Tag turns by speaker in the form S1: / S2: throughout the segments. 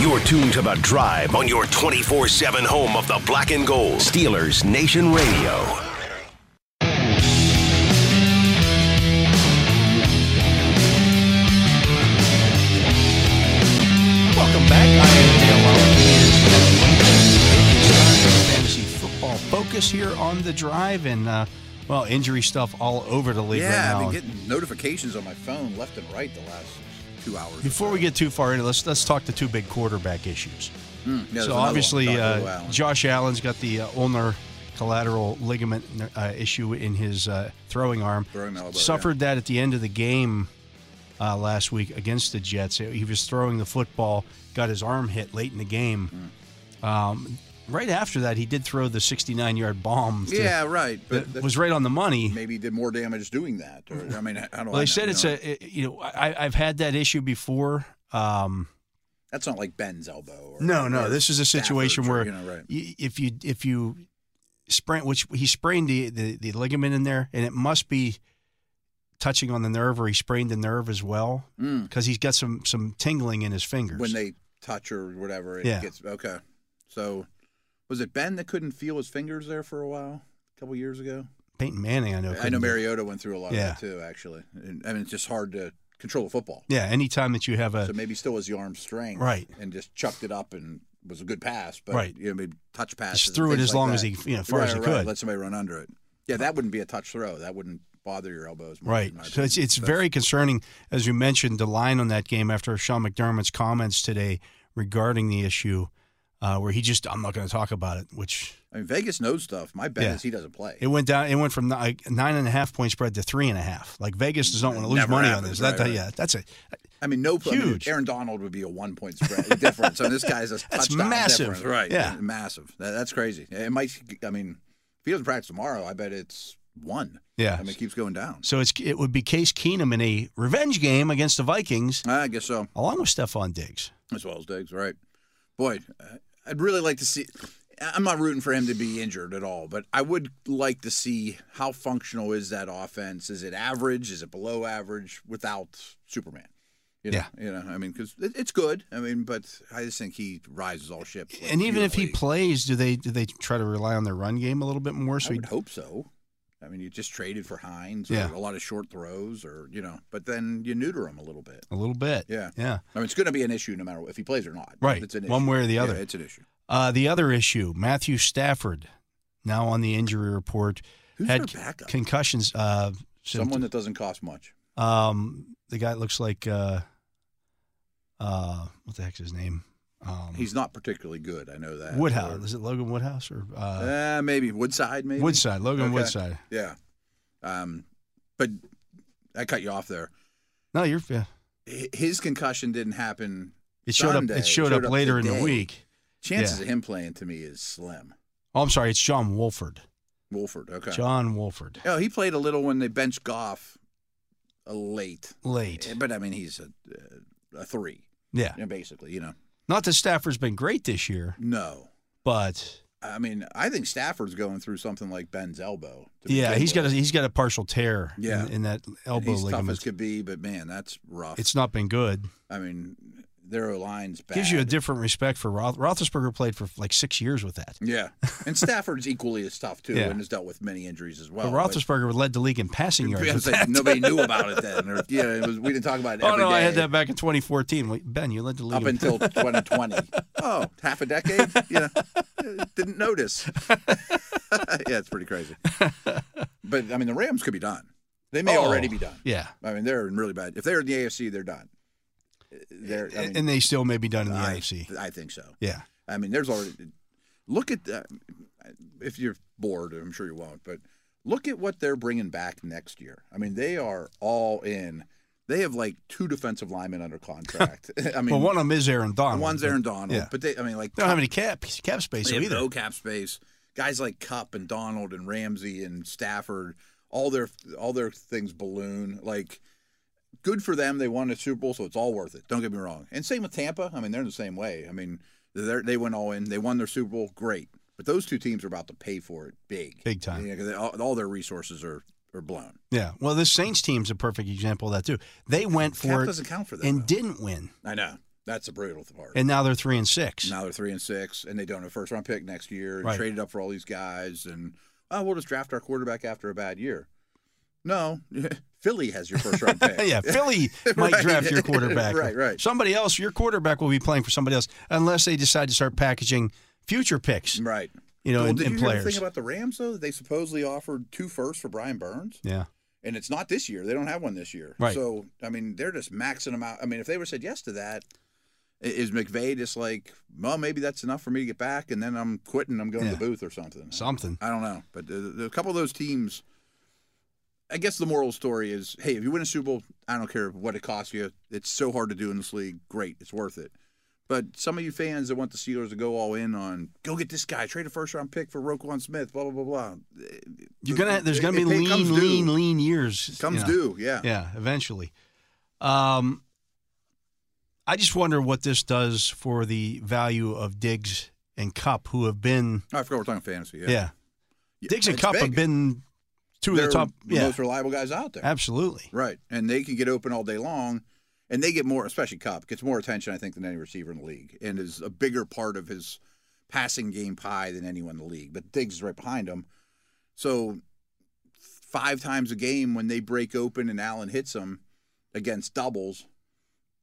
S1: You're tuned to The Drive on your 24 7 home of the black and gold. Steelers Nation Radio.
S2: Welcome back. I am Dale Lawler. It is Jeff Winkler. It's time for Fantasy football focus here on the drive and uh, well, injury stuff all over the league
S3: yeah,
S2: right now.
S3: I've been getting notifications on my phone left and right the last two hours. or
S2: Before
S3: so.
S2: we get too far into, let's let's talk the two big quarterback issues.
S3: Hmm, yeah, there's
S2: so
S3: another one.
S2: obviously,
S3: Dr. Lou
S2: uh,
S3: Allen.
S2: Josh Allen's got the uh, ulnar collateral ligament uh, issue in his uh, throwing arm.
S3: Throwing elbow,
S2: Suffered that at the end of the game uh, last week against the Jets. He was throwing the football, got his arm hit late in the game.
S3: Mm.
S2: Um, right after that, he did throw the 69-yard bomb. to-
S3: yeah, right. But
S2: that
S3: that
S2: was right on the money.
S3: maybe did more damage doing that. Or, I mean, I don't know.
S2: Well, they said it's a it- you know I, I've had that issue before. Um,
S3: That's not like Ben's elbow. Or,
S2: No, no.
S3: or
S2: This is a
S3: Stafford's
S2: situation
S3: or,
S2: where
S3: you know, right.
S2: y- if you if you sprain, which he sprained the, the the ligament in there, and it must be touching on the nerve, or he sprained the nerve as well,
S3: Mm.
S2: because he's got some some tingling in his fingers.
S3: when they touch or whatever, it
S2: Yeah.
S3: gets okay. So, was it Ben that couldn't feel his fingers there for a while? A couple years ago.
S2: Peyton Manning, I know.
S3: I know
S2: couldn't do-
S3: Mariota went through a lot
S2: Yeah.
S3: of that too, actually. And, I mean, it's just hard to control a football.
S2: Yeah, anytime that you have a
S3: So maybe still was the arm strength,
S2: Uh, Right.
S3: And just chucked it up and was a good pass, but
S2: Right.
S3: you know, maybe touch pass.
S2: threw it as long as he- you know, far as he could.
S3: Let somebody run under it. Yeah, that wouldn't be a touch throw. That wouldn't bother your elbows. Much,
S2: Right.
S3: in my
S2: So it's
S3: opinion.
S2: it's
S3: That's-
S2: very concerning, as you mentioned, the line on that game after Sean McDermott's comments today regarding the issue, uh, where he just I'm not going to talk about it, which
S3: I mean, Vegas knows stuff. My bet
S2: Yeah.
S3: is he doesn't play.
S2: It went down. It went from like nine and a half point spread to three and a half. Like Vegas does not want to lose
S3: Never
S2: money on
S3: happens,
S2: this.
S3: right,
S2: that,
S3: right.
S2: Yeah, that's it.
S3: I mean, no I mean,
S2: Huge.
S3: Aaron Donald would be a one point spread difference. I mean, this guy's a
S2: That's
S3: touchdown
S2: massive.
S3: difference. Right.
S2: Yeah.
S3: Massive. That, that's crazy. It might. I mean, if he doesn't practice tomorrow, I bet it's one.
S2: Yeah.
S3: I mean, it keeps going down.
S2: So it's it would be Case Keenum in a revenge game against the Vikings,
S3: I guess so.
S2: along with Stephon Diggs.
S3: as well as Diggs, right? Boy, uh, I'd really like to see. I'm not rooting for him to be injured at all, but I would like to see how functional is that offense. Is it average? Is it below average without Superman? You know,
S2: Yeah.
S3: you know, I mean, because it, it's good. I mean, but I just think he rises all ships. like,
S2: And even if he
S3: beautifully.
S2: plays, do they do they try to rely on their run game a little bit more? So
S3: I
S2: he,
S3: would hope so. I mean, you just traded for Hines, or
S2: Yeah.
S3: a lot of short throws, or you know, but then you neuter him a little bit.
S2: a little bit.
S3: Yeah.
S2: Yeah.
S3: I mean, it's going to be an issue no matter if he plays or not.
S2: Right.
S3: it's an issue.
S2: One way or the
S3: Yeah,
S2: other.
S3: it's an issue.
S2: Uh, the other issue: Matthew Stafford, now on the injury report,
S3: Who's
S2: had
S3: their backup?
S2: concussions. Uh,
S3: Someone that doesn't cost much.
S2: Um, the guy looks like uh, uh, what the heck's his name? Um,
S3: He's not particularly good. I know that.
S2: Woodhouse. Is it Logan Woodhouse or
S3: Or-
S2: uh,
S3: Uh, maybe Woodside. Maybe
S2: Woodside? Logan
S3: Okay.
S2: Woodside.
S3: Yeah. Um, but I cut you off there.
S2: No, you're. Yeah.
S3: H- His concussion didn't happen.
S2: It showed
S3: Sunday.
S2: up. It showed, up later in the
S3: today.
S2: week.
S3: Chances
S2: Yeah.
S3: of him playing to me is slim.
S2: Oh, I'm sorry. It's John Wolford.
S3: Wolford. Okay.
S2: John Wolford.
S3: Oh, he played a little when they benched Goff uh, late. Eh,
S2: Late.
S3: But I mean, he's a, uh, a three,
S2: Yeah.
S3: you know, basically. You know,
S2: Not that Stafford's been great this year,
S3: no.
S2: but
S3: I mean, I think Stafford's going through something like Ben's elbow. to
S2: yeah,
S3: begin
S2: he's got a
S3: with.
S2: he's got a partial tear. in-
S3: Yeah.
S2: In, that
S3: And
S2: elbow
S3: he's tough as
S2: ligament.
S3: could be, but man, that's rough.
S2: It's not been good.
S3: I mean, their O line's bad.
S2: Gives you a different respect for Roth- Roethlisberger played for like six years with that.
S3: yeah, and Stafford's equally as tough too,
S2: Yeah.
S3: and has dealt with many injuries as
S2: But
S3: well. but-
S2: Roethlisberger led the league in passing yards.
S3: Yeah,
S2: with
S3: it's like
S2: that.
S3: nobody knew about it then. Or, yeah, it was, we didn't talk about it.
S2: Oh
S3: every
S2: no, I
S3: day
S2: had that back in 2014. Wait, Ben, you led the league.
S3: up
S2: in-
S3: until 2020. oh, half a decade. Yeah, didn't notice. yeah, it's pretty crazy. But I mean, the Rams could be done. They may
S2: Oh.
S3: already be done.
S2: yeah,
S3: I mean, they're in really bad. If they're in the AFC, they're done.
S2: Eh,
S3: They're. I mean,
S2: and they still may be done in the
S3: I,
S2: AFC.
S3: I think so.
S2: Yeah,
S3: I mean, there's already. Look at that. If you're bored, I'm sure you won't, but look at what they're bringing back next year. I mean, they are all in. They have like two defensive linemen under contract. I mean,
S2: well, one of them is Aaron Donald.
S3: one's Aaron Donald,
S2: Yeah.
S3: but they, I mean, like,
S2: They don't have any cap cap space
S3: they have
S2: either.
S3: no cap space. Guys like Cup and Donald and Ramsey and Stafford, all their all their things balloon. Like, good for them. They won a Super Bowl, so it's all worth it. Don't get me wrong. And same with Tampa. I mean, they're in the same way. I mean, they they went all in. They won their Super Bowl. Great. But those two teams are about to pay for it big.
S2: Big time.
S3: Yeah, 'cause they- all, all their resources are, are blown.
S2: Yeah. Well, this Saints team's a perfect example of that too. They went for
S3: Cap
S2: it
S3: doesn't count for that.
S2: and
S3: though.
S2: didn't win,
S3: I know. That's the brutal part.
S2: and now they're three and six.
S3: Now they're three and six, and they don't have a first round pick next year. And
S2: Right.
S3: Traded up for all these guys, and oh, we'll just draft our quarterback after a bad year. No, Philly has your first round pick.
S2: Oh, yeah, Philly might
S3: Right.
S2: draft your quarterback.
S3: Right, right.
S2: Somebody else, your quarterback will be playing for somebody else, unless they decide to start packaging future picks,
S3: right.
S2: you know,
S3: well,
S2: and,
S3: did
S2: and
S3: you hear the
S2: players.
S3: thing about the Rams though? They supposedly offered two firsts for Brian Burns,
S2: yeah,
S3: and it's not this year. They don't have one this year.
S2: Right.
S3: So I mean, they're just maxing them out. I mean, if they were said yes to that. i- Is McVay just like, well, maybe that's enough for me to get back, and then I'm quitting, I'm going
S2: Yeah.
S3: to the booth or something.
S2: something.
S3: I don't know, but the, the, a couple of those teams. I guess the moral story is: Hey, if you win a Super Bowl, I don't care what it costs you. It's so hard to do in this league. Great, it's worth it. But some of you fans that want the Steelers to go all in on go get this guy, trade a first round pick for Roquan Smith, blah blah blah blah.
S2: You're gonna. There's gonna
S3: It-
S2: be
S3: it
S2: lean,
S3: comes due.
S2: lean, lean years. you
S3: Comes
S2: know.
S3: due, yeah.
S2: Yeah, eventually. Um, I just wonder what this does for the value of Diggs and Cup, who have been
S3: Oh, I forgot we're talking fantasy. Yeah,
S2: yeah, Diggs and
S3: It's
S2: Cup
S3: big.
S2: have been two of
S3: They're
S2: the top yeah,
S3: most reliable guys out there.
S2: absolutely.
S3: Right. And they can get open all day long. And they get more, especially Cobb, gets more attention, I think, than any receiver in the league and is a bigger part of his passing game pie than anyone in the league. But Diggs is right behind him. So five times a game when they break open and Allen hits him against doubles,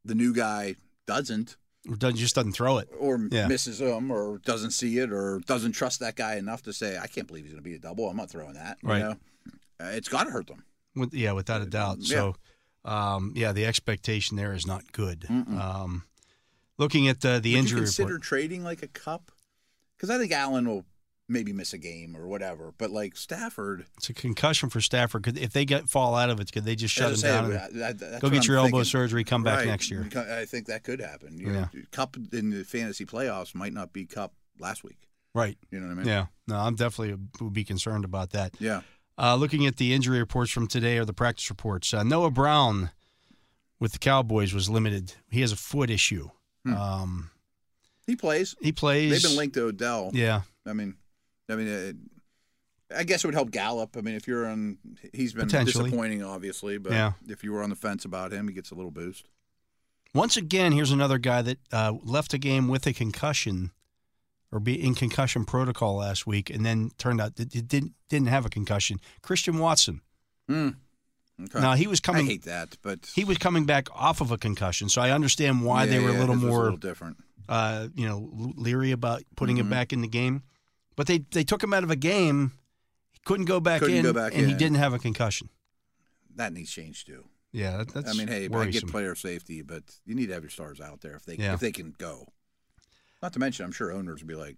S3: the new guy doesn't
S2: Doesn't- Just doesn't throw it.
S3: or m-
S2: Yeah.
S3: misses him or doesn't see it or doesn't trust that guy enough to say, I can't believe he's going to be a double. I'm not throwing that.
S2: Right.
S3: You know? Uh, it's got to hurt them.
S2: With, yeah, without a doubt. So, um, yeah, the expectation there is not good. Um, looking at the the
S3: Would
S2: injury
S3: you consider
S2: report,
S3: trading like a cup? Because I think Allen will maybe miss a game or whatever. But like Stafford,
S2: it's a concussion for Stafford. Could if they get fall out of it, could they just shut him
S3: as I
S2: down?
S3: say,
S2: and-
S3: I- I- that's
S2: go
S3: what
S2: get
S3: I'm
S2: your elbow
S3: thinking.
S2: surgery. Come back
S3: Right.
S2: next year.
S3: I think that could happen. You
S2: Yeah.
S3: know, cup in the fantasy playoffs might not be cup last week.
S2: Right.
S3: You know what I mean?
S2: Yeah. No, I'm definitely would be concerned about that.
S3: Yeah.
S2: Uh, looking at the injury reports from today or the practice reports, uh, Noah Brown with the Cowboys was limited. He has a foot issue. Um,
S3: He plays.
S2: he plays.
S3: Hmm. They've been linked to Odell.
S2: Yeah.
S3: I mean, I mean, uh I guess it would help Gallup. I mean, if you're on, he's been
S2: Potentially.
S3: disappointing, obviously. But
S2: Yeah.
S3: if you were on the fence about him, he gets a little boost.
S2: Once again, here's another guy that uh, left a game with a concussion or be in concussion protocol last week, and then turned out that it didn't didn't have a concussion. Christian Watson.
S3: Hmm. Okay.
S2: Now he was
S3: I
S2: coming.
S3: hate that, but
S2: he was coming back off of a concussion, so I understand why
S3: Yeah,
S2: they were
S3: yeah,
S2: a little
S3: his was
S2: more
S3: little different.
S2: uh, you know, l- leery about putting
S3: Mm-hmm.
S2: him back in the game. But they they took him out of a game. He couldn't go back
S3: Couldn't
S2: in,
S3: go back
S2: and he
S3: in.
S2: didn't have a concussion.
S3: That needs change too.
S2: Yeah, that, that's
S3: I mean, hey, I
S2: worrisome.
S3: get player safety, but you need to have your stars out there if they
S2: Yeah.
S3: if they can go. Not to mention, I'm sure owners would be like,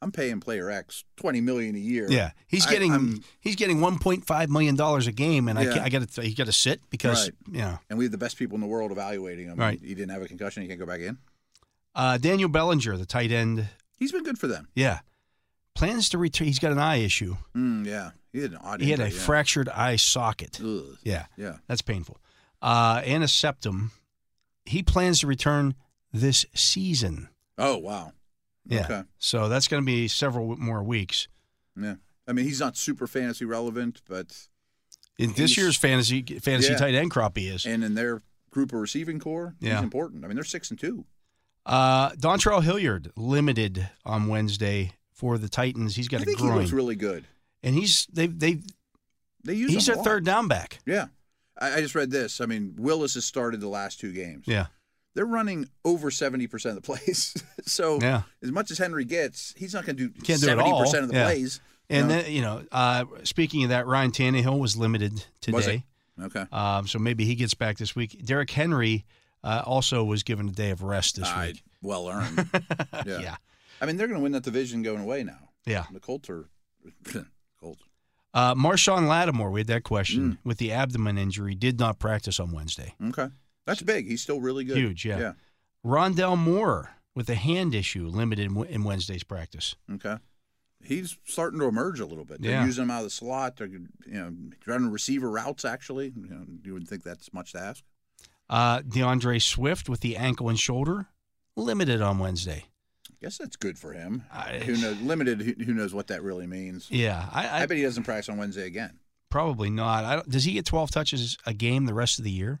S3: "I'm paying player X twenty million a year."
S2: yeah, he's
S3: I-
S2: getting
S3: I'm-
S2: he's getting one point five million dollars a game, and I
S3: Yeah.
S2: can't, I got to he got to sit because
S3: Right.
S2: you know
S3: and we have the best people in the world evaluating him.
S2: Right.
S3: He didn't have a concussion; he can't go back in.
S2: uh, Daniel Bellinger, the tight end,
S3: He's been good for them.
S2: yeah, plans to return. He's got an eye issue.
S3: Mm, yeah, he had an odd.
S2: He had a
S3: injury, yeah.
S2: fractured eye socket.
S3: Ugh.
S2: Yeah,
S3: Yeah.
S2: that's painful. Uh, and a septum. He plans to return this season.
S3: Oh wow.
S2: Yeah.
S3: Okay.
S2: So that's going to be several w- more weeks.
S3: Yeah. I mean, he's not super fantasy relevant, but
S2: In this
S3: He's-
S2: year's fantasy fantasy
S3: Yeah.
S2: tight end crop, he is.
S3: and in their group of receiving core,
S2: Yeah.
S3: he's important. I mean, they're six and two.
S2: Uh, Dontrell Hilliard limited on Wednesday for the Titans. He's got
S3: I
S2: a
S3: think he
S2: groin,
S3: looks really good.
S2: and he's they they
S3: They use
S2: he's their
S3: him a lot.
S2: third down back.
S3: Yeah, I, I just read this. I mean, Willis has started the last two games.
S2: Yeah,
S3: They're running over seventy percent of the plays. so
S2: Yeah.
S3: as much as Henry gets, he's not going to do
S2: Can't do it
S3: seventy
S2: all.
S3: percent of the
S2: Yeah.
S3: plays.
S2: and
S3: No.
S2: then you know, uh, speaking of that, Ryan Tannehill was limited today.
S3: Was he? okay,
S2: Um, so maybe he gets back this week. Derrick Henry uh, also was given a day of rest this
S3: I-
S2: week.
S3: well earned. yeah.
S2: Yeah.
S3: I mean they're going to win that division going away now.
S2: Yeah.
S3: The Colts are Colts.
S2: Uh, Marshawn Lattimore, we had that question
S3: Hmm.
S2: with the abdomen injury, did not practice on Wednesday.
S3: Okay, that's big. He's still really good.
S2: Huge, yeah. Rondell Moore with a hand issue, limited in, in Wednesday's practice.
S3: Okay. He's starting to emerge a little bit. They're
S2: Yeah.
S3: using him out of the slot. They're you know running receiver routes. Actually, you, know, you wouldn't think that's much to ask.
S2: Uh, DeAndre Swift with the ankle and shoulder, limited on Wednesday.
S3: guess that's good for him.
S2: I-
S3: who knows? Limited. Who, who knows what that really means?
S2: Yeah, I, I,
S3: I, bet he doesn't practice on Wednesday again.
S2: probably not. I don't, does he get 12 touches a game the rest of the year?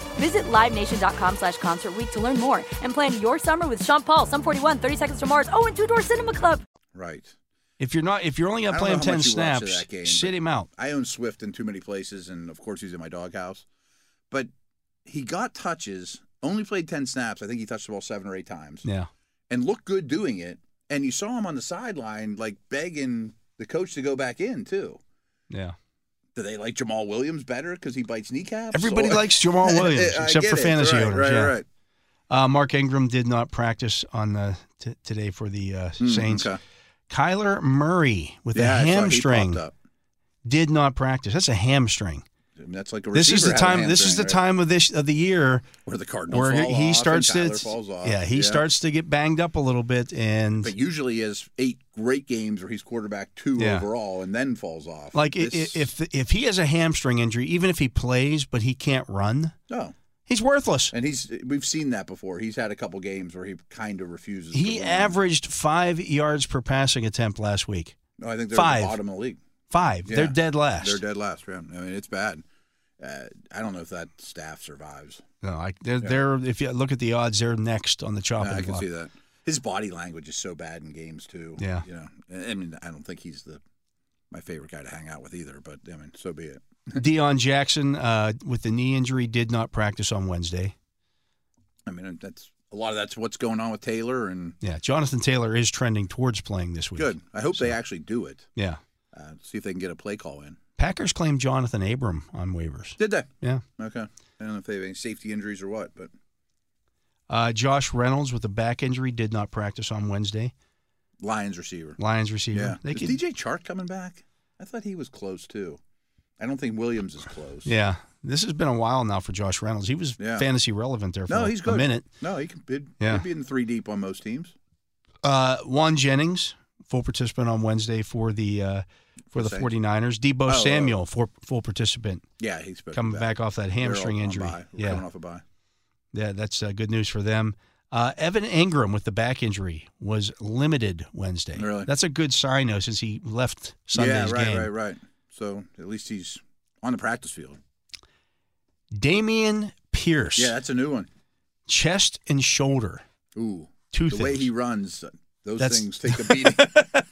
S4: Visit LiveNation.com slash Concert Week to learn more and plan your summer with Sean Paul, Sum 41, 30 Seconds to Mars, oh, and Two Door Cinema Club.
S3: Right.
S2: If you're not if you're only going
S3: I
S2: to
S3: don't
S2: play
S3: know
S2: him
S3: how
S2: 10
S3: much you watched of
S2: snaps,
S3: that game,
S2: sit
S3: but-
S2: him out.
S3: I own Swift in too many places, and of course he's in my doghouse. But he got touches. Only played ten snaps. I think he touched the ball seven or eight times.
S2: Yeah.
S3: and looked good doing it. And you saw him on the sideline, like begging the coach to go back in too.
S2: Yeah.
S3: Do they like Jamal Williams better because he bites kneecaps?
S2: Everybody
S3: or-
S2: likes Jamal Williams,
S3: I
S2: except
S3: get
S2: for
S3: it.
S2: fantasy
S3: right,
S2: owners,
S3: Right,
S2: yeah.
S3: right.
S2: Uh, Mark Ingram did not practice on the t- today for the uh,
S3: Mm,
S2: Saints.
S3: okay.
S2: Kyler Murray with a
S3: Yeah, I saw he popped
S2: hamstring
S3: up.
S2: did not practice. That's a hamstring.
S3: I mean, that's like a
S2: This is the
S3: receiver had a
S2: time. This is the
S3: hamstring, right?
S2: time of this of the year
S3: where the Cardinals
S2: where
S3: fall off
S2: he
S3: and
S2: starts to.
S3: Kyler falls off.
S2: Yeah, he starts to get banged up a little bit, and
S3: But usually, he has eight great games where he's quarterback two
S2: Yeah.
S3: overall, and then falls off.
S2: like i-
S3: This-
S2: i- if if he has a hamstring injury, even if he plays but he can't run,
S3: no,
S2: he's worthless.
S3: and he's we've seen that before. He's had a couple games where he kind of refuses. to
S2: He
S3: win.
S2: averaged five yards per passing attempt last week.
S3: No, I think they're
S2: five.
S3: At the bottom of the league.
S2: Five.
S3: Yeah.
S2: They're dead last.
S3: They're dead last round. I mean, it's bad. Uh, I don't know if that staff survives.
S2: No, I, they're, they're if you look at the odds, they're next on the chopping
S3: Uh, I can
S2: block.
S3: see that. His body language is so bad in games too.
S2: Yeah.
S3: you know. I mean, I don't think he's the my favorite guy to hang out with either. But I mean, so be it.
S2: Deion Jackson uh, with the knee injury did not practice on Wednesday.
S3: I mean, uh, that's a lot of that's what's going on with Taylor, and
S2: Yeah, Jonathan Taylor is trending towards playing this week.
S3: good. I hope they actually do it.
S2: Yeah,
S3: Uh, see if they can get a play call in.
S2: Packers claimed Jonathan Abram on waivers.
S3: Did they?
S2: Yeah,
S3: Okay. I don't know if they have any safety injuries or what, but
S2: uh, Josh Reynolds with a back injury did not practice on Wednesday.
S3: Lions receiver.
S2: Lions receiver.
S3: Yeah.
S2: They
S3: is
S2: could-
S3: DJ Chark coming back? I thought he was close too. I don't think Williams is close.
S2: Yeah, this has been a while now for Josh Reynolds. He was
S3: Yeah.
S2: fantasy relevant there for
S3: No, he's good.
S2: a minute.
S3: No, he can he'd,
S2: Yeah.
S3: he'd be in three deep on most teams.
S2: Uh, Juan Jennings, full participant on Wednesday for the uh, for the
S3: Saints.
S2: 49ers. Debo
S3: oh.
S2: Samuel, full, full participant.
S3: Yeah, he's supposed to
S2: coming
S3: be
S2: back off that
S3: They're
S2: hamstring
S3: all on
S2: injury.
S3: bye. We're coming
S2: Yeah,
S3: off a bye.
S2: yeah, that's uh, good news for them. Uh, Evan Ingram with the back injury was limited Wednesday.
S3: Really?
S2: That's a good sign though, since he left
S3: yeah,
S2: Sunday's
S3: right,
S2: game.
S3: right, right. So at least he's on the practice field.
S2: Damian Pierce,
S3: Yeah, that's a new one.
S2: chest and shoulder,
S3: Ooh,
S2: two
S3: the
S2: things.
S3: way he runs, uh, those
S2: That's-
S3: things take a beating.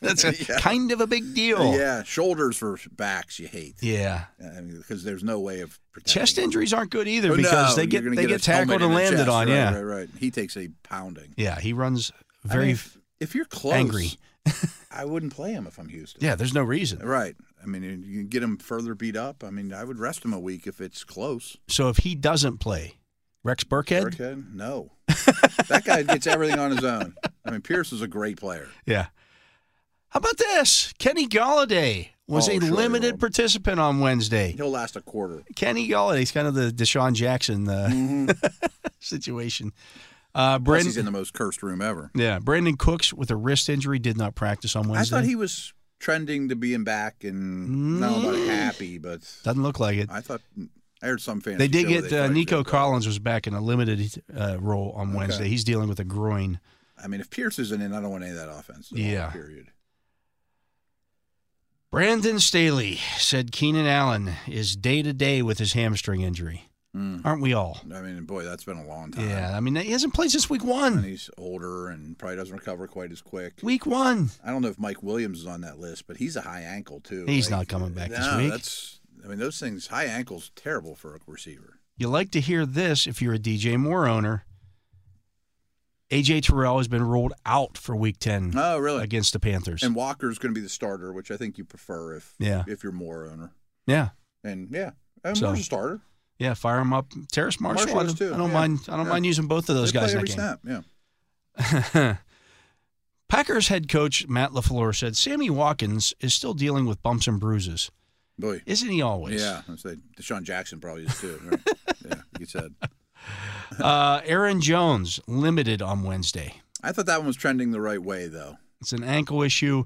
S2: that's a,
S3: yeah.
S2: kind of a big deal.
S3: yeah, shoulders for backs you hate.
S2: Yeah.
S3: I mean, because there's no way of protecting.
S2: Chest
S3: it.
S2: injuries aren't good either
S3: Oh,
S2: because
S3: no,
S2: they
S3: you're
S2: get
S3: gonna
S2: they
S3: a
S2: get
S3: helmet
S2: tackled
S3: in
S2: and
S3: the
S2: landed
S3: chest.
S2: on.
S3: Right,
S2: yeah,
S3: right, right. He takes a pounding.
S2: yeah, he runs
S3: I mean,
S2: very.
S3: if, if you're close,
S2: angry.
S3: I wouldn't play him if I'm Houston.
S2: yeah, there's no reason.
S3: Right. I mean, you- you get him further beat up. I mean, I would rest him a week if it's close.
S2: So if he doesn't play, Rex Burkhead,
S3: Burkhead? No. that guy gets everything on his own. I mean, Pierce is a great player.
S2: Yeah. How about this? Kenny Galladay was
S3: Oh,
S2: a
S3: sure,
S2: limited
S3: Rob.
S2: participant on Wednesday.
S3: He'll last a quarter.
S2: Kenny Galladay's kind of the Deshaun Jackson uh, situation. Uh,
S3: Mm-hmm. Plus,
S2: Brandon,
S3: he's in the most cursed room ever.
S2: yeah, Brandon Cooks with a wrist injury did not practice on
S3: I
S2: Wednesday.
S3: thought he was trending to being back and not
S2: Mm.
S3: about happy, but
S2: Doesn't look like it.
S3: I thought I heard some fans.
S2: They did
S3: show
S2: get
S3: they
S2: uh,
S3: thought he
S2: Nico
S3: was okay.
S2: Collins was back in a limited uh, role on Wednesday. He's dealing with a groin.
S3: I mean, if Pierce isn't in, I don't want any of that offense. at all,
S2: Yeah.
S3: Period.
S2: Brandon Staley said Keenan Allen is day to day with his hamstring injury.
S3: Hmm.
S2: Aren't we all?
S3: I mean, boy, that's been a long time.
S2: Yeah, I mean he hasn't played since week
S3: And
S2: one.
S3: he's older and probably doesn't recover quite as quick.
S2: Week one.
S3: I don't know if Mike Williams is on that list, but he's a high ankle too.
S2: He's not coming back this
S3: no,
S2: week.
S3: That's. I mean, those things. High ankles terrible for a receiver.
S2: You like to hear this if you're a DJ Moore owner. AJ Terrell has been ruled out for week ten
S3: Oh, really?
S2: against the Panthers.
S3: And Walker's going to be the starter, which I think you prefer if
S2: Yeah.
S3: if you're more owner.
S2: yeah.
S3: And yeah, and
S2: So,
S3: Moore's a starter.
S2: Yeah, fire him up. Terrace Marshall.
S3: Marshall
S2: I
S3: is
S2: don't,
S3: too,
S2: I don't
S3: yeah.
S2: mind I don't
S3: Yeah.
S2: mind using both of those
S3: They
S2: guys
S3: play
S2: in that
S3: every
S2: game.
S3: snap. Yeah.
S2: Packers head coach Matt LaFleur said Sammy Watkins is still dealing with bumps and bruises.
S3: Boy.
S2: Isn't he always?
S3: Yeah, I say Deshaun Jackson probably is too. right? yeah, you said.
S2: Uh, Aaron Jones, limited on Wednesday.
S3: I thought that one was trending the right way though.
S2: It's an ankle issue.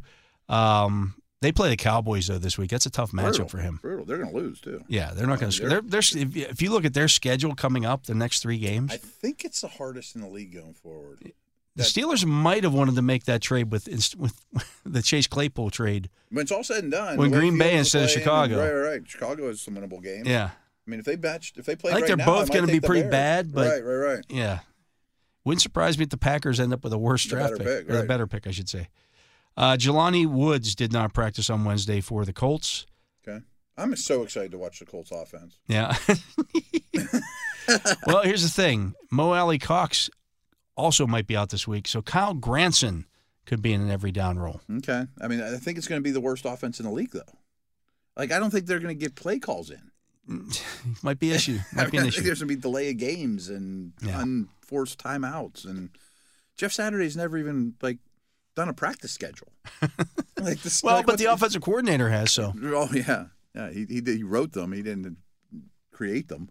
S2: Um, they play the Cowboys, though, this week. That's a tough matchup
S3: Brutal,
S2: for him.
S3: Brutal. They're going to lose too.
S2: Yeah, they're not going to score. They're, they're, if you- if you look at their schedule coming up, the next three games,
S3: I think it's the hardest in the league going forward.
S2: the Steelers might have wanted to make that trade with inst- with the Chase Claypool trade.
S3: When it's all said and done,
S2: When Green
S3: Wayfield's
S2: Bay instead of
S3: playing,
S2: Chicago.
S3: Right, right, right. Chicago is some winnable game.
S2: Yeah,
S3: I mean, if they batched, if they played,
S2: I think
S3: right
S2: they're
S3: now,
S2: both
S3: might
S2: gonna be
S3: take the
S2: pretty
S3: Bears.
S2: bad, but-
S3: right, right, right.
S2: yeah. Wouldn't surprise me if the Packers end up with a worse
S3: The
S2: draft
S3: better
S2: pick,
S3: pick,
S2: or the
S3: right.
S2: better pick, I should say. Uh, Jelani Woods did not practice on Wednesday for the Colts.
S3: Okay, I'm so excited to watch the Colts offense.
S2: Yeah. well, here's the thing. Mo Alley Cox also might be out this week, so Kyle Granson could be in an every down role.
S3: Okay, I mean, I think it's going to be the worst offense in the league though. Like, I don't think they're going to get play calls in.
S2: might be issue.
S3: I,
S2: Might be an
S3: mean, I think
S2: issue.
S3: there's going to be delay of games and
S2: Yeah.
S3: unforced timeouts. And Jeff Saturday's never even like done a practice schedule. like this,
S2: Well,
S3: like,
S2: but
S3: what's-
S2: the offensive coordinator has so.
S3: Oh yeah, yeah. He he, did, he wrote them. He didn't create them.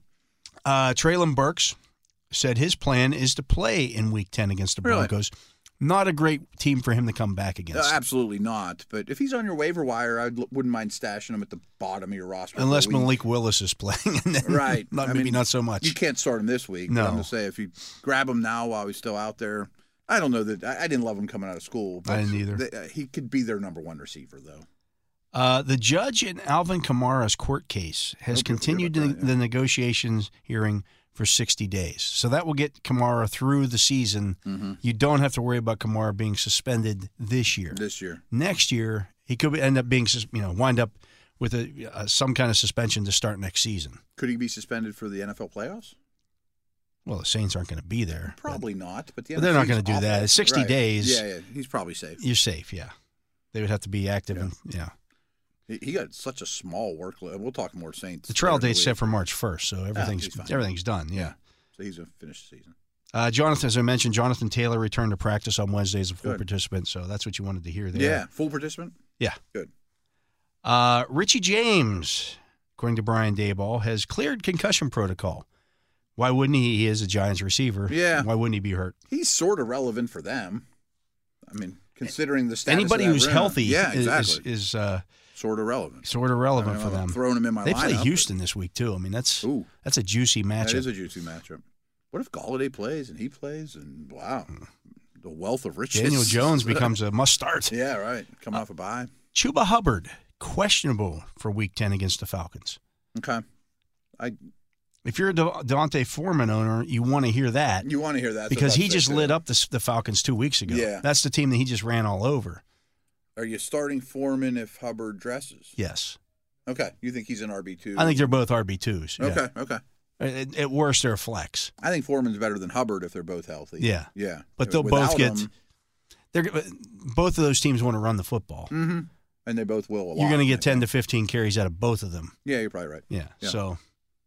S2: Uh, Traylon Burks said his plan is to play in Week Ten against the
S3: Really?
S2: Broncos. Not a great team for him to come back
S3: No,
S2: against,
S3: Uh, absolutely not. But if he's on your waiver wire, I wouldn't mind stashing him at the bottom of your roster. for
S2: unless
S3: a week.
S2: Malik Willis is playing. And then
S3: Right.
S2: Not,
S3: I
S2: maybe
S3: mean,
S2: not so much.
S3: You can't start him this week. but
S2: No.
S3: I'm just saying if you grab him now while he's still out there. I don't know that I, I didn't love him coming out of school. But
S2: didn't either.
S3: th- uh, he could be their number one receiver though.
S2: Uh, the judge in Alvin Kamara's court case has
S3: Hope you forget
S2: continued
S3: about
S2: the,
S3: that, yeah.
S2: the negotiations hearing for 60 days. So that will get Kamara through the season.
S3: Mm-hmm.
S2: You don't have to worry about Kamara being suspended this year.
S3: This year,
S2: Next year, he could end up being, sus- you know, wind up with a, uh some kind of suspension to start next season.
S3: could he be suspended for the NFL playoffs?
S2: Well, the Saints aren't going to be there. but
S3: Probably not. But the
S2: But they're not
S3: NFL's
S2: gonna do that.
S3: awful.
S2: It's 60
S3: Right.
S2: days.
S3: Yeah, yeah. He's probably safe.
S2: You're safe, yeah. They would have to be active. And, yeah.
S3: He, he got such a small workload. We'll talk more Saints.
S2: The trial
S3: later in
S2: date's
S3: week.
S2: set for March 1st, so everything's,
S3: Ah, he's fine.
S2: everything's done, yeah.
S3: So he's gonna finish the season.
S2: Uh, Jonathan, as I mentioned, Jonathan Taylor returned to practice on Wednesday as a full
S3: Good.
S2: participant, so that's what you wanted to hear there.
S3: Yeah, full participant.
S2: Yeah.
S3: Good.
S2: Uh, Richie James, according to Brian Dayball, has cleared concussion protocol. Why wouldn't he? He is a Giants receiver.
S3: Yeah.
S2: Why wouldn't he be hurt?
S3: He's sort of relevant for them. I mean, considering the status of
S2: Anybody
S3: that
S2: who's
S3: room,
S2: healthy
S3: yeah,
S2: is-
S3: exactly,
S2: is, is uh,
S3: sort of relevant.
S2: sort of relevant
S3: I mean,
S2: for
S3: I'm
S2: them.
S3: throwing him in my
S2: They play
S3: lineup, but-
S2: Houston this week, too. I mean, that's
S3: Ooh,
S2: that's a juicy matchup.
S3: that is a juicy matchup. What if Galladay plays and he plays and wow, the wealth of riches.
S2: Hmm. Daniel Jones becomes Uh, a must start.
S3: yeah, right. Coming off a bye.
S2: Chuba Hubbard, questionable for week 10 against the Falcons.
S3: Okay. I
S2: If you're a De- Devontae Foreman owner, you want to hear that
S3: you want to hear that
S2: because he just lit up the, s- the Falcons two weeks ago.
S3: Yeah.
S2: That's the team that he just ran all over.
S3: Are you starting Foreman if Hubbard dresses?
S2: Yes.
S3: Okay, you think he's an RB two?
S2: I think they're both RB2s. yeah.
S3: Okay, okay.
S2: At, at worst, they're a flex.
S3: I think Foreman's better than Hubbard if they're both healthy.
S2: Yeah.
S3: yeah.
S2: But they'll both
S3: Without
S2: get.
S3: him,
S2: They're, both of those teams want to run the football.
S3: mm-hmm. and they both will. Mm, A lot,
S2: You're going to
S3: I
S2: get 10
S3: think.
S2: to 15 carries out of both of them.
S3: Yeah, you're probably right.
S2: Yeah.
S3: Yeah.
S2: So,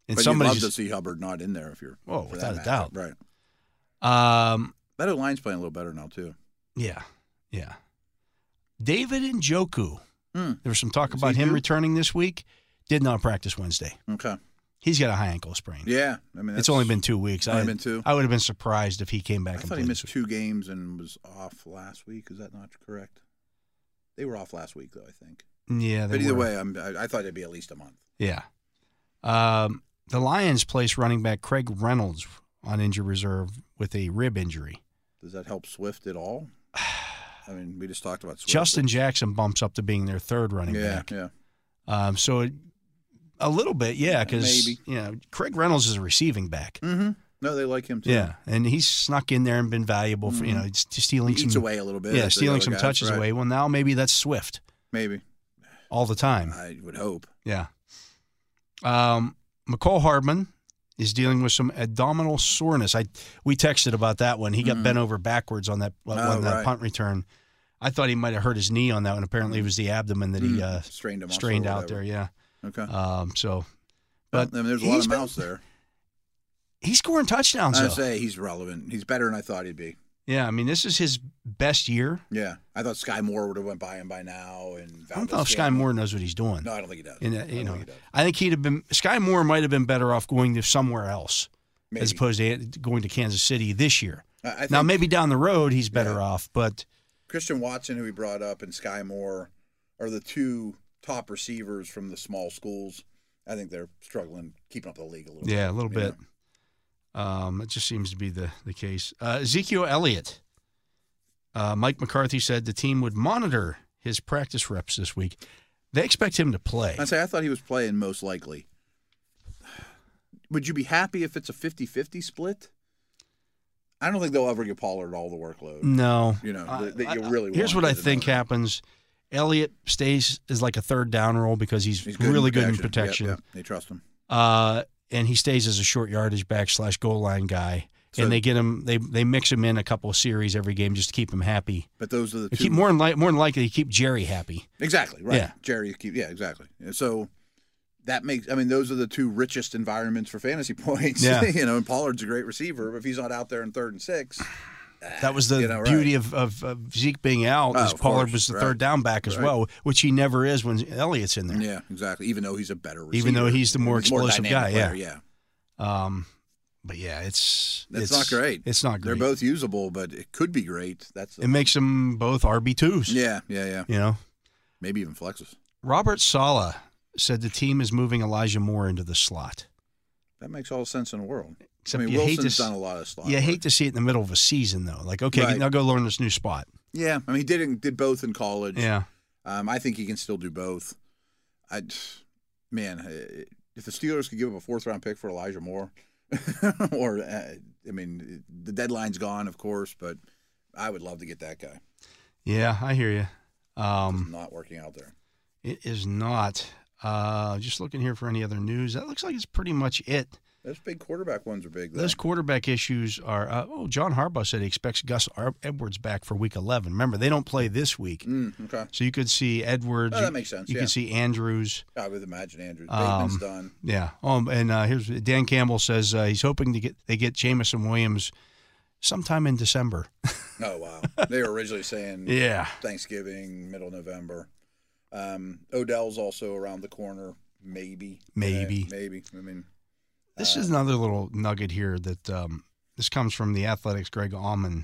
S2: and
S3: but
S2: somebody's.
S3: you'd love to see Hubbard not in there if you're.
S2: Oh,
S3: for
S2: without
S3: that
S2: a
S3: matchup.
S2: doubt.
S3: Right.
S2: um,
S3: That O line's playing a little better now too.
S2: yeah. Yeah. David and Joku.
S3: Hmm.
S2: There was some talk
S3: Is he
S2: about him
S3: due?
S2: returning this week. Did not practice Wednesday.
S3: Okay.
S2: He's got a high ankle sprain.
S3: Yeah, I mean,
S2: it's
S3: that's-
S2: only been two weeks.
S3: Only
S2: I,
S3: been two?
S2: I would have been surprised if he came back.
S3: I
S2: and
S3: thought he
S2: played
S3: missed
S2: this week.
S3: two games and was off last week. Is that not correct? They were off last week, though. I think.
S2: Yeah, they
S3: but either
S2: were.
S3: way, I'm, I, I thought it'd be at least a month.
S2: Yeah. Um, the Lions place running back Craig Reynolds on injured reserve with a rib injury.
S3: Does that help Swift at all? I mean, we just talked about Swift.
S2: Justin Jackson bumps up to being their third
S3: but-
S2: running
S3: Yeah,
S2: back.
S3: yeah.
S2: Um, so it, a little bit, yeah, because
S3: Maybe.
S2: you know Craig Reynolds is a receiving back.
S3: Mm-hmm. No, they like him too.
S2: Yeah, and he's snuck in there and been valuable for you know s-
S3: he
S2: stealing
S3: Mm-hmm. eats
S2: some
S3: away a little bit.
S2: yeah
S3: at the
S2: stealing
S3: other
S2: some
S3: guys,
S2: touches
S3: right.
S2: away. Well, now maybe that's Swift
S3: Maybe
S2: all the time.
S3: I would hope.
S2: Yeah. Um, McCall Hardman is dealing with some abdominal soreness. I we texted about that one. He got bent over backwards on that on
S3: Mm-hmm. Oh,
S2: that
S3: right.
S2: punt return. I thought he might have hurt his knee on that one. Apparently, it was the abdomen that he
S3: Mm,
S2: uh,
S3: strained a muscle
S2: strained
S3: or
S2: out there.
S3: whatever.
S2: Yeah.
S3: Okay.
S2: Um, so,
S3: but
S2: but
S3: I mean, there's a lot
S2: he's
S3: of
S2: been-
S3: mouths there.
S2: He's scoring touchdowns.
S3: I
S2: Though.
S3: say he's relevant. He's better than I thought he'd be.
S2: Yeah, I mean, this is his best year.
S3: Yeah, I thought Sky Moore would have went by him by now. And
S2: I don't know if Sky Moore knows what he's doing.
S3: No, I don't think he does.
S2: In
S3: I
S2: a,
S3: don't
S2: you
S3: think
S2: know,
S3: he does.
S2: I think he'd have been Sky Moore might have been better off going to somewhere else as
S3: Maybe.
S2: opposed to going to Kansas City this year.
S3: I, I think
S2: now maybe down the road he's better
S3: Yeah.
S2: off, but
S3: Christian Watson, who we brought up, and Sky Moore are the two top receivers from the small schools. I think they're struggling keeping up the league a little.
S2: yeah, a little
S3: you know.
S2: bit. Um, it just seems to be the the case. Uh, Ezekiel Elliott, uh, Mike McCarthy said the team would monitor his practice reps this week. They expect him to play.
S3: I say I thought he was playing most likely. Would you be happy if it's a 50-50 split? I don't think they'll ever give Pollard all the workload.
S2: No,
S3: You know,
S2: I-
S3: that- that you
S2: I-
S3: really
S2: Here's
S3: want
S2: what I
S3: as a
S2: think
S3: monitor.
S2: happens: Elliott stays is like a third down role because he's,
S3: He's in
S2: really good in
S3: Yep,
S2: protection,
S3: yep, they trust him.
S2: Uh, and he stays as a short yardage back slash goal line guy.
S3: So-
S2: and they get him. They they mix him in a couple of series every game just to keep him happy.
S3: But those are the
S2: They
S3: two
S2: keep more than li- more than likely they keep Jerry happy.
S3: Exactly right.
S2: Yeah.
S3: Jerry keep yeah exactly. And So that makes I mean those are the two richest environments for fantasy points.
S2: Yeah.
S3: you know, and Pollard's a great receiver, but if he's not out there in third and six,
S2: That was the
S3: You know, right.
S2: beauty of, of, of Zeke being out.
S3: Oh,
S2: is
S3: of
S2: Pollard
S3: course,
S2: was the
S3: right.
S2: third down back as
S3: Right.
S2: well, which he never is when Elliott's in there.
S3: yeah, exactly. Even though he's a better receiver,
S2: Even though he's the more explosive
S3: dynamic
S2: guy, yeah.
S3: player, yeah.
S2: Um, but yeah, it's
S3: That's
S2: it's-
S3: not great.
S2: It's not great.
S3: They're both usable, but it could be great. That's
S2: It
S3: the,
S2: makes them both RB twos.
S3: yeah, yeah, yeah.
S2: You know,
S3: Maybe even flexes.
S2: Robert Sala said the team is moving Elijah Moore into the slot.
S3: That makes all the sense in the world.
S2: Except
S3: I mean,
S2: you hate to
S3: Wilson's
S2: s-
S3: done a lot of slot.
S2: yeah, I
S3: work.
S2: hate to see it in the middle of a season though. Like, okay,
S3: Right.
S2: now go learn this new spot.
S3: yeah. I mean, he did it, did both in college.
S2: Yeah,
S3: Um, I think he can still do both. I, man, uh, if the Steelers could give up a fourth round pick for Elijah Moore, or uh, I mean, the deadline's gone, of course, but I would love to get that guy.
S2: yeah, I hear you. Um,
S3: It's not working out there.
S2: It is not. Uh, just looking here for any other news. That looks like it's pretty much it.
S3: Those big quarterback ones are big. Though.
S2: Those quarterback issues are. Uh, oh, John Harbaugh said he expects Gus Ar- Edwards back for Week 11. Remember, they don't play this week,
S3: Mm, okay,
S2: so you could see Edwards.
S3: Oh, that
S2: you-
S3: makes sense,
S2: You
S3: yeah.
S2: could see Andrews.
S3: I would imagine Andrew
S2: Um,
S3: Bateman's done.
S2: Yeah. Um. And uh, here's Dan Campbell says uh, he's hoping to get they get Jamison Williams sometime in December.
S3: Oh wow, they were originally saying
S2: Yeah.
S3: Thanksgiving, middle November. Um, Odell's also around the corner, maybe.
S2: Maybe.
S3: Uh, maybe. I mean,
S2: This is another little nugget here that um, this comes from the Athletics, Greg Allman.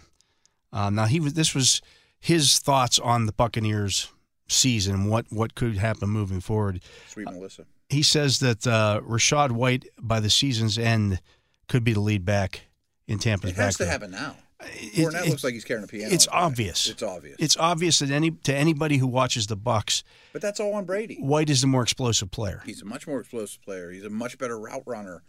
S2: Uh, now he was this was his thoughts on the Buccaneers season, what what could happen moving forward.
S3: sweet Melissa.
S2: He says that uh, Rashad White by the season's end could be the lead back in Tampa's
S3: It has to
S2: backfield.
S3: happen now.
S2: It-
S3: Fournette
S2: it-
S3: looks like he's carrying a piano.
S2: it's
S3: on his back.
S2: obvious.
S3: It's obvious.
S2: It's obvious that any to anybody who watches the Bucks,
S3: but that's all on Brady.
S2: White is the more explosive player.
S3: He's a much more explosive player. He's a much better route runner.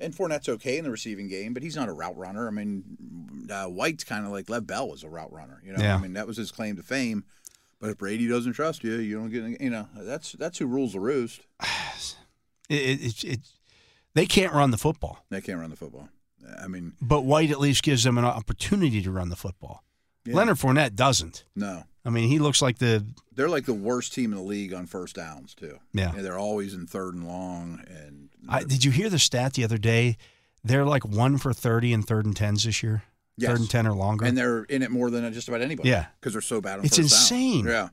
S3: And Fournette's okay in the receiving game, but he's not a route runner. I mean, uh, White's kind of like Lev Bell was a route runner. You know,
S2: Yeah.
S3: I mean that was his claim to fame. But if Brady doesn't trust you, you don't get. You know, that's that's who rules the roost.
S2: It, it, it, it they can't run the football,
S3: They can't run the football. I mean,
S2: but White at least gives them an opportunity to run the football.
S3: yeah,
S2: Leonard Fournette doesn't.
S3: No,
S2: I mean, he looks like the
S3: they're like the worst team in the league on first downs too.
S2: Yeah.
S3: And they're always in third and long. And
S2: I, did you hear the stat the other day? They're like one for thirty in third and tens this year.
S3: Yes.
S2: Third and ten or longer.
S3: and they're in it more than just about anybody.
S2: Yeah.
S3: because they're so bad. On
S2: It's
S3: first down.
S2: insane.
S3: Yeah,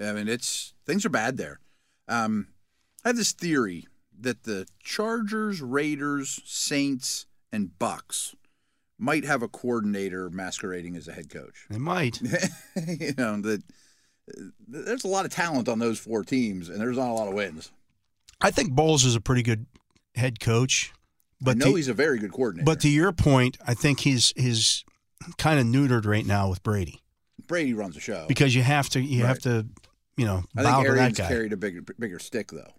S3: I mean it's things are bad there. Um, I have this theory that the Chargers, Raiders, Saints, and Bucks might have a coordinator masquerading as a head coach.
S2: They might.
S3: you know that uh, there's a lot of talent on those four teams, and there's not a lot of wins.
S2: I think Bowles is a pretty good head coach,
S3: But I
S2: but
S3: know
S2: to,
S3: he's a very good coordinator.
S2: but to your point, I think he's he's kind of neutered right now with Brady
S3: Brady runs the show.
S2: because you have to you have
S3: Right.
S2: to you know
S3: I
S2: bow
S3: think
S2: to that
S3: Arians
S2: guy.
S3: carried a bigger bigger stick though.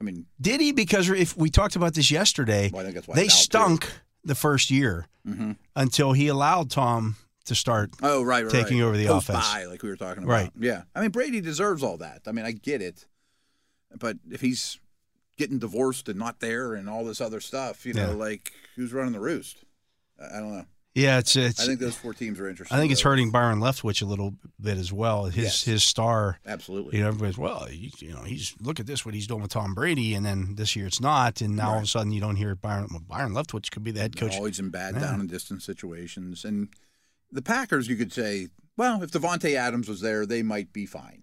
S3: I mean,
S2: Did he? Because if we talked about this yesterday,
S3: Well, I think that's why Mm-hmm.
S2: they
S3: he's out, too.
S2: stunk the first year until he allowed Tom to start.
S3: oh right, right
S2: Taking
S3: right.
S2: over the
S3: Post
S2: offense.
S3: bye, like we were talking about.
S2: Right.
S3: Yeah. I mean, Brady deserves all that. I mean, I get it, but if he's getting divorced and not there and all this other stuff, you know,
S2: Yeah.
S3: like who's running the roost? I I don't know.
S2: Yeah, it's it's.
S3: I think those four teams are interesting.
S2: I think it's
S3: though.
S2: hurting Byron Leftwich a little bit as well. His
S3: Yes.
S2: his star,
S3: Absolutely.
S2: you know, everybody's well, he, you know, he's look at this what he's doing with Tom Brady, and then this year it's not, and now all of a sudden you don't hear Byron. Well, Byron Leftwich could be the head
S3: They're
S2: coach.
S3: always in bad
S2: Yeah.
S3: down and distance situations. And the Packers, you could say, well, if Devontae Adams was there, they might be fine.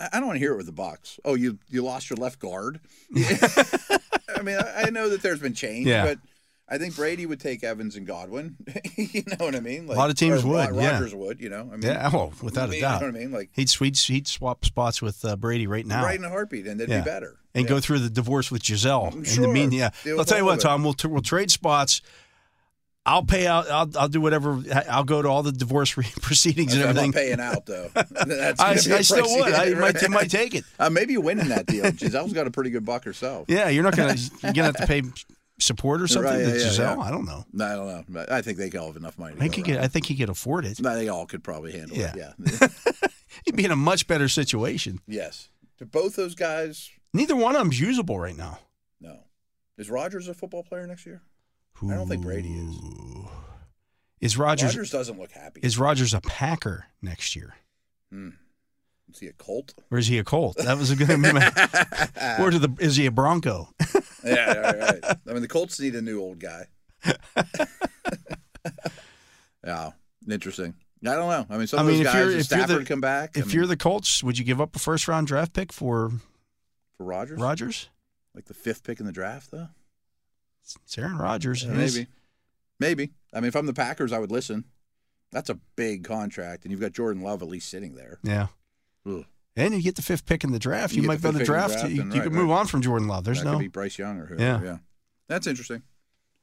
S3: I I don't want to hear it with the Bucks. Oh, you you lost your left guard. I mean, I I know that there's been change,
S2: Yeah.
S3: but I think Brady would take Evans and Godwin. you know what I mean? Like,
S2: lot of teams
S3: or
S2: would,
S3: Rod-
S2: yeah.
S3: Rodgers would. You know, I mean,
S2: yeah, oh, without a
S3: you
S2: doubt.
S3: know what I mean? Like
S2: He'd he'd, he'd swap spots with uh, Brady right now.
S3: right in a heartbeat, and they'd
S2: Yeah.
S3: be better.
S2: and
S3: Yeah.
S2: go through the divorce with Giselle. And the
S3: sure.
S2: mean, yeah.
S3: Deal
S2: I'll
S3: with
S2: tell you
S3: all
S2: what,
S3: of it.
S2: Tom. We'll t- we'll trade spots. I'll pay out. I'll, I'll do whatever. I'll go to all the divorce re- proceedings and
S3: I'm not
S2: everything.
S3: paying out though. That's
S2: I, I
S3: gonna be a
S2: still
S3: pricey-
S2: would. I might, I might take it.
S3: Uh, maybe you win in that deal. Giselle's got a pretty good buck herself.
S2: Yeah, you're not gonna. You're gonna have to pay support or something
S3: Right, yeah,
S2: to
S3: yeah,
S2: Giselle.
S3: yeah.
S2: I don't know.
S3: No, I don't know. but I think they all have enough money. To
S2: I
S3: go
S2: could get.
S3: around.
S2: I think he could afford it.
S3: No, they all could probably handle
S2: Yeah.
S3: it. Yeah.
S2: He'd be in a much better situation.
S3: yes. To both those guys,
S2: Neither one of them's usable right now.
S3: no. Is Rogers a football player next year? I don't think Brady is.
S2: Ooh. Is Rogers,
S3: Rogers doesn't look happy.
S2: is Rogers a Packer next year,
S3: is he a Colt?
S2: or is he a Colt? That was going to be my, Or to the is he a Bronco?
S3: yeah, all right. I mean, the Colts need a new old guy. yeah, interesting. I don't know. I mean, some
S2: I
S3: of
S2: mean,
S3: those
S2: if you're
S3: guys, if
S2: if you're
S3: Stafford
S2: the
S3: come back.
S2: if you're the Colts, would you give up a first round draft pick for
S3: for Rogers,
S2: Rodgers?
S3: like the fifth pick in the draft, though.
S2: It's Aaron Rodgers.
S3: Yeah, maybe. Maybe. I mean, if I'm the Packers, I would listen. That's a big contract, and you've got Jordan Love at least sitting there.
S2: Yeah.
S3: Ugh.
S2: And you get the fifth pick in the draft.
S3: You
S2: You,
S3: get
S2: might
S3: the
S2: be able to
S3: fifth pick
S2: draft.
S3: in the draft,
S2: you
S3: and
S2: you
S3: right,
S2: could
S3: right.
S2: move on from Jordan Love. There's
S3: that
S2: no.
S3: could be Bryce Young or whoever. Yeah.
S2: Yeah.
S3: That's interesting.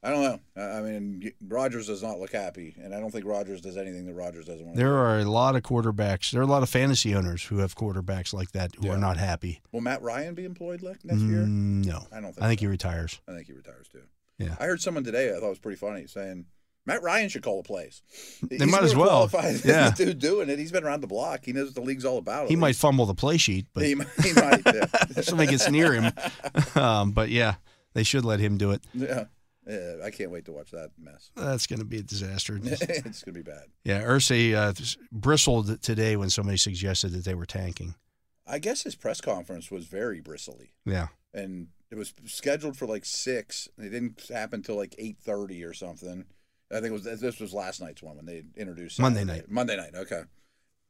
S3: I don't know. I I mean, Rogers does not look happy, and I don't think Rogers does anything that Rogers doesn't want to do.
S2: There are a lot of quarterbacks. There are a lot of fantasy owners who have quarterbacks like that who
S3: Yeah.
S2: are not happy.
S3: Will Matt Ryan be employed le- next
S2: Mm,
S3: year?
S2: No.
S3: I don't think
S2: I think
S3: so.
S2: he retires.
S3: I think he retires too.
S2: Yeah.
S3: I heard someone today I thought was pretty funny saying Matt Ryan should call the plays. They
S2: might as well.
S3: yeah.
S2: Yeah.
S3: the dude doing it. He's been around the block. He knows what the league's all about.
S2: He might fumble the play sheet, but
S3: He might. He might. yeah.
S2: if somebody gets near him. um, but yeah, they should let him do it.
S3: Yeah. yeah. I can't wait to watch that mess.
S2: That's going to be a disaster.
S3: it's going to be bad.
S2: Yeah, Ursay uh, s- bristled today when somebody suggested that they were tanking.
S3: I guess his press conference was very bristly
S2: Yeah,
S3: and it was scheduled for like 6 and it didn't happen till like 8:30 or something. I think it was this was last night's one when they introduced
S2: Monday
S3: Saturday.
S2: night.
S3: Monday night, okay.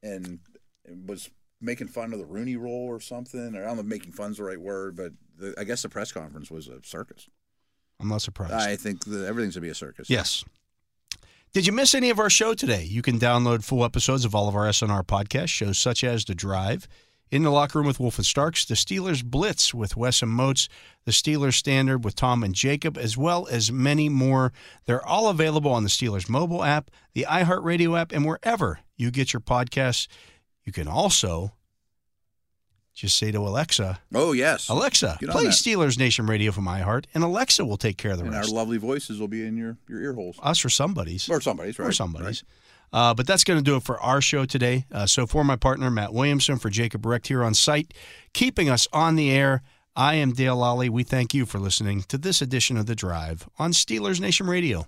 S3: And it was making fun of the Rooney rule or something. Or I don't know if making fun's the right word, but the, I guess the press conference was a circus.
S2: I'm not surprised.
S3: I think that everything's going to be a circus.
S2: Yes. Did you miss any of our show today? You can download full episodes of all of our SNR podcast shows, such as The Drive, In the Locker Room with Wolf and Starks, The Steelers Blitz with Wes and Moats, The Steelers Standard with Tom and Jacob, as well as many more. They're all available on the Steelers mobile app, the iHeartRadio app, and wherever you get your podcasts. You can also just say to Alexa,
S3: Oh, yes.
S2: Alexa,
S3: Get on
S2: play
S3: that.
S2: Steelers Nation Radio from iHeart, and Alexa will take care of the
S3: and our
S2: rest.
S3: lovely voices will be in your your ear holes.
S2: Us or somebody's.
S3: Or somebody's, right?
S2: or somebody's. Uh, but that's going to do it for our show today. Uh, so, for my partner, Matt Williamson, for Jacob Recht here on site, keeping us on the air, I am Dale Lally. We thank you for listening to this edition of The Drive on Steelers Nation Radio.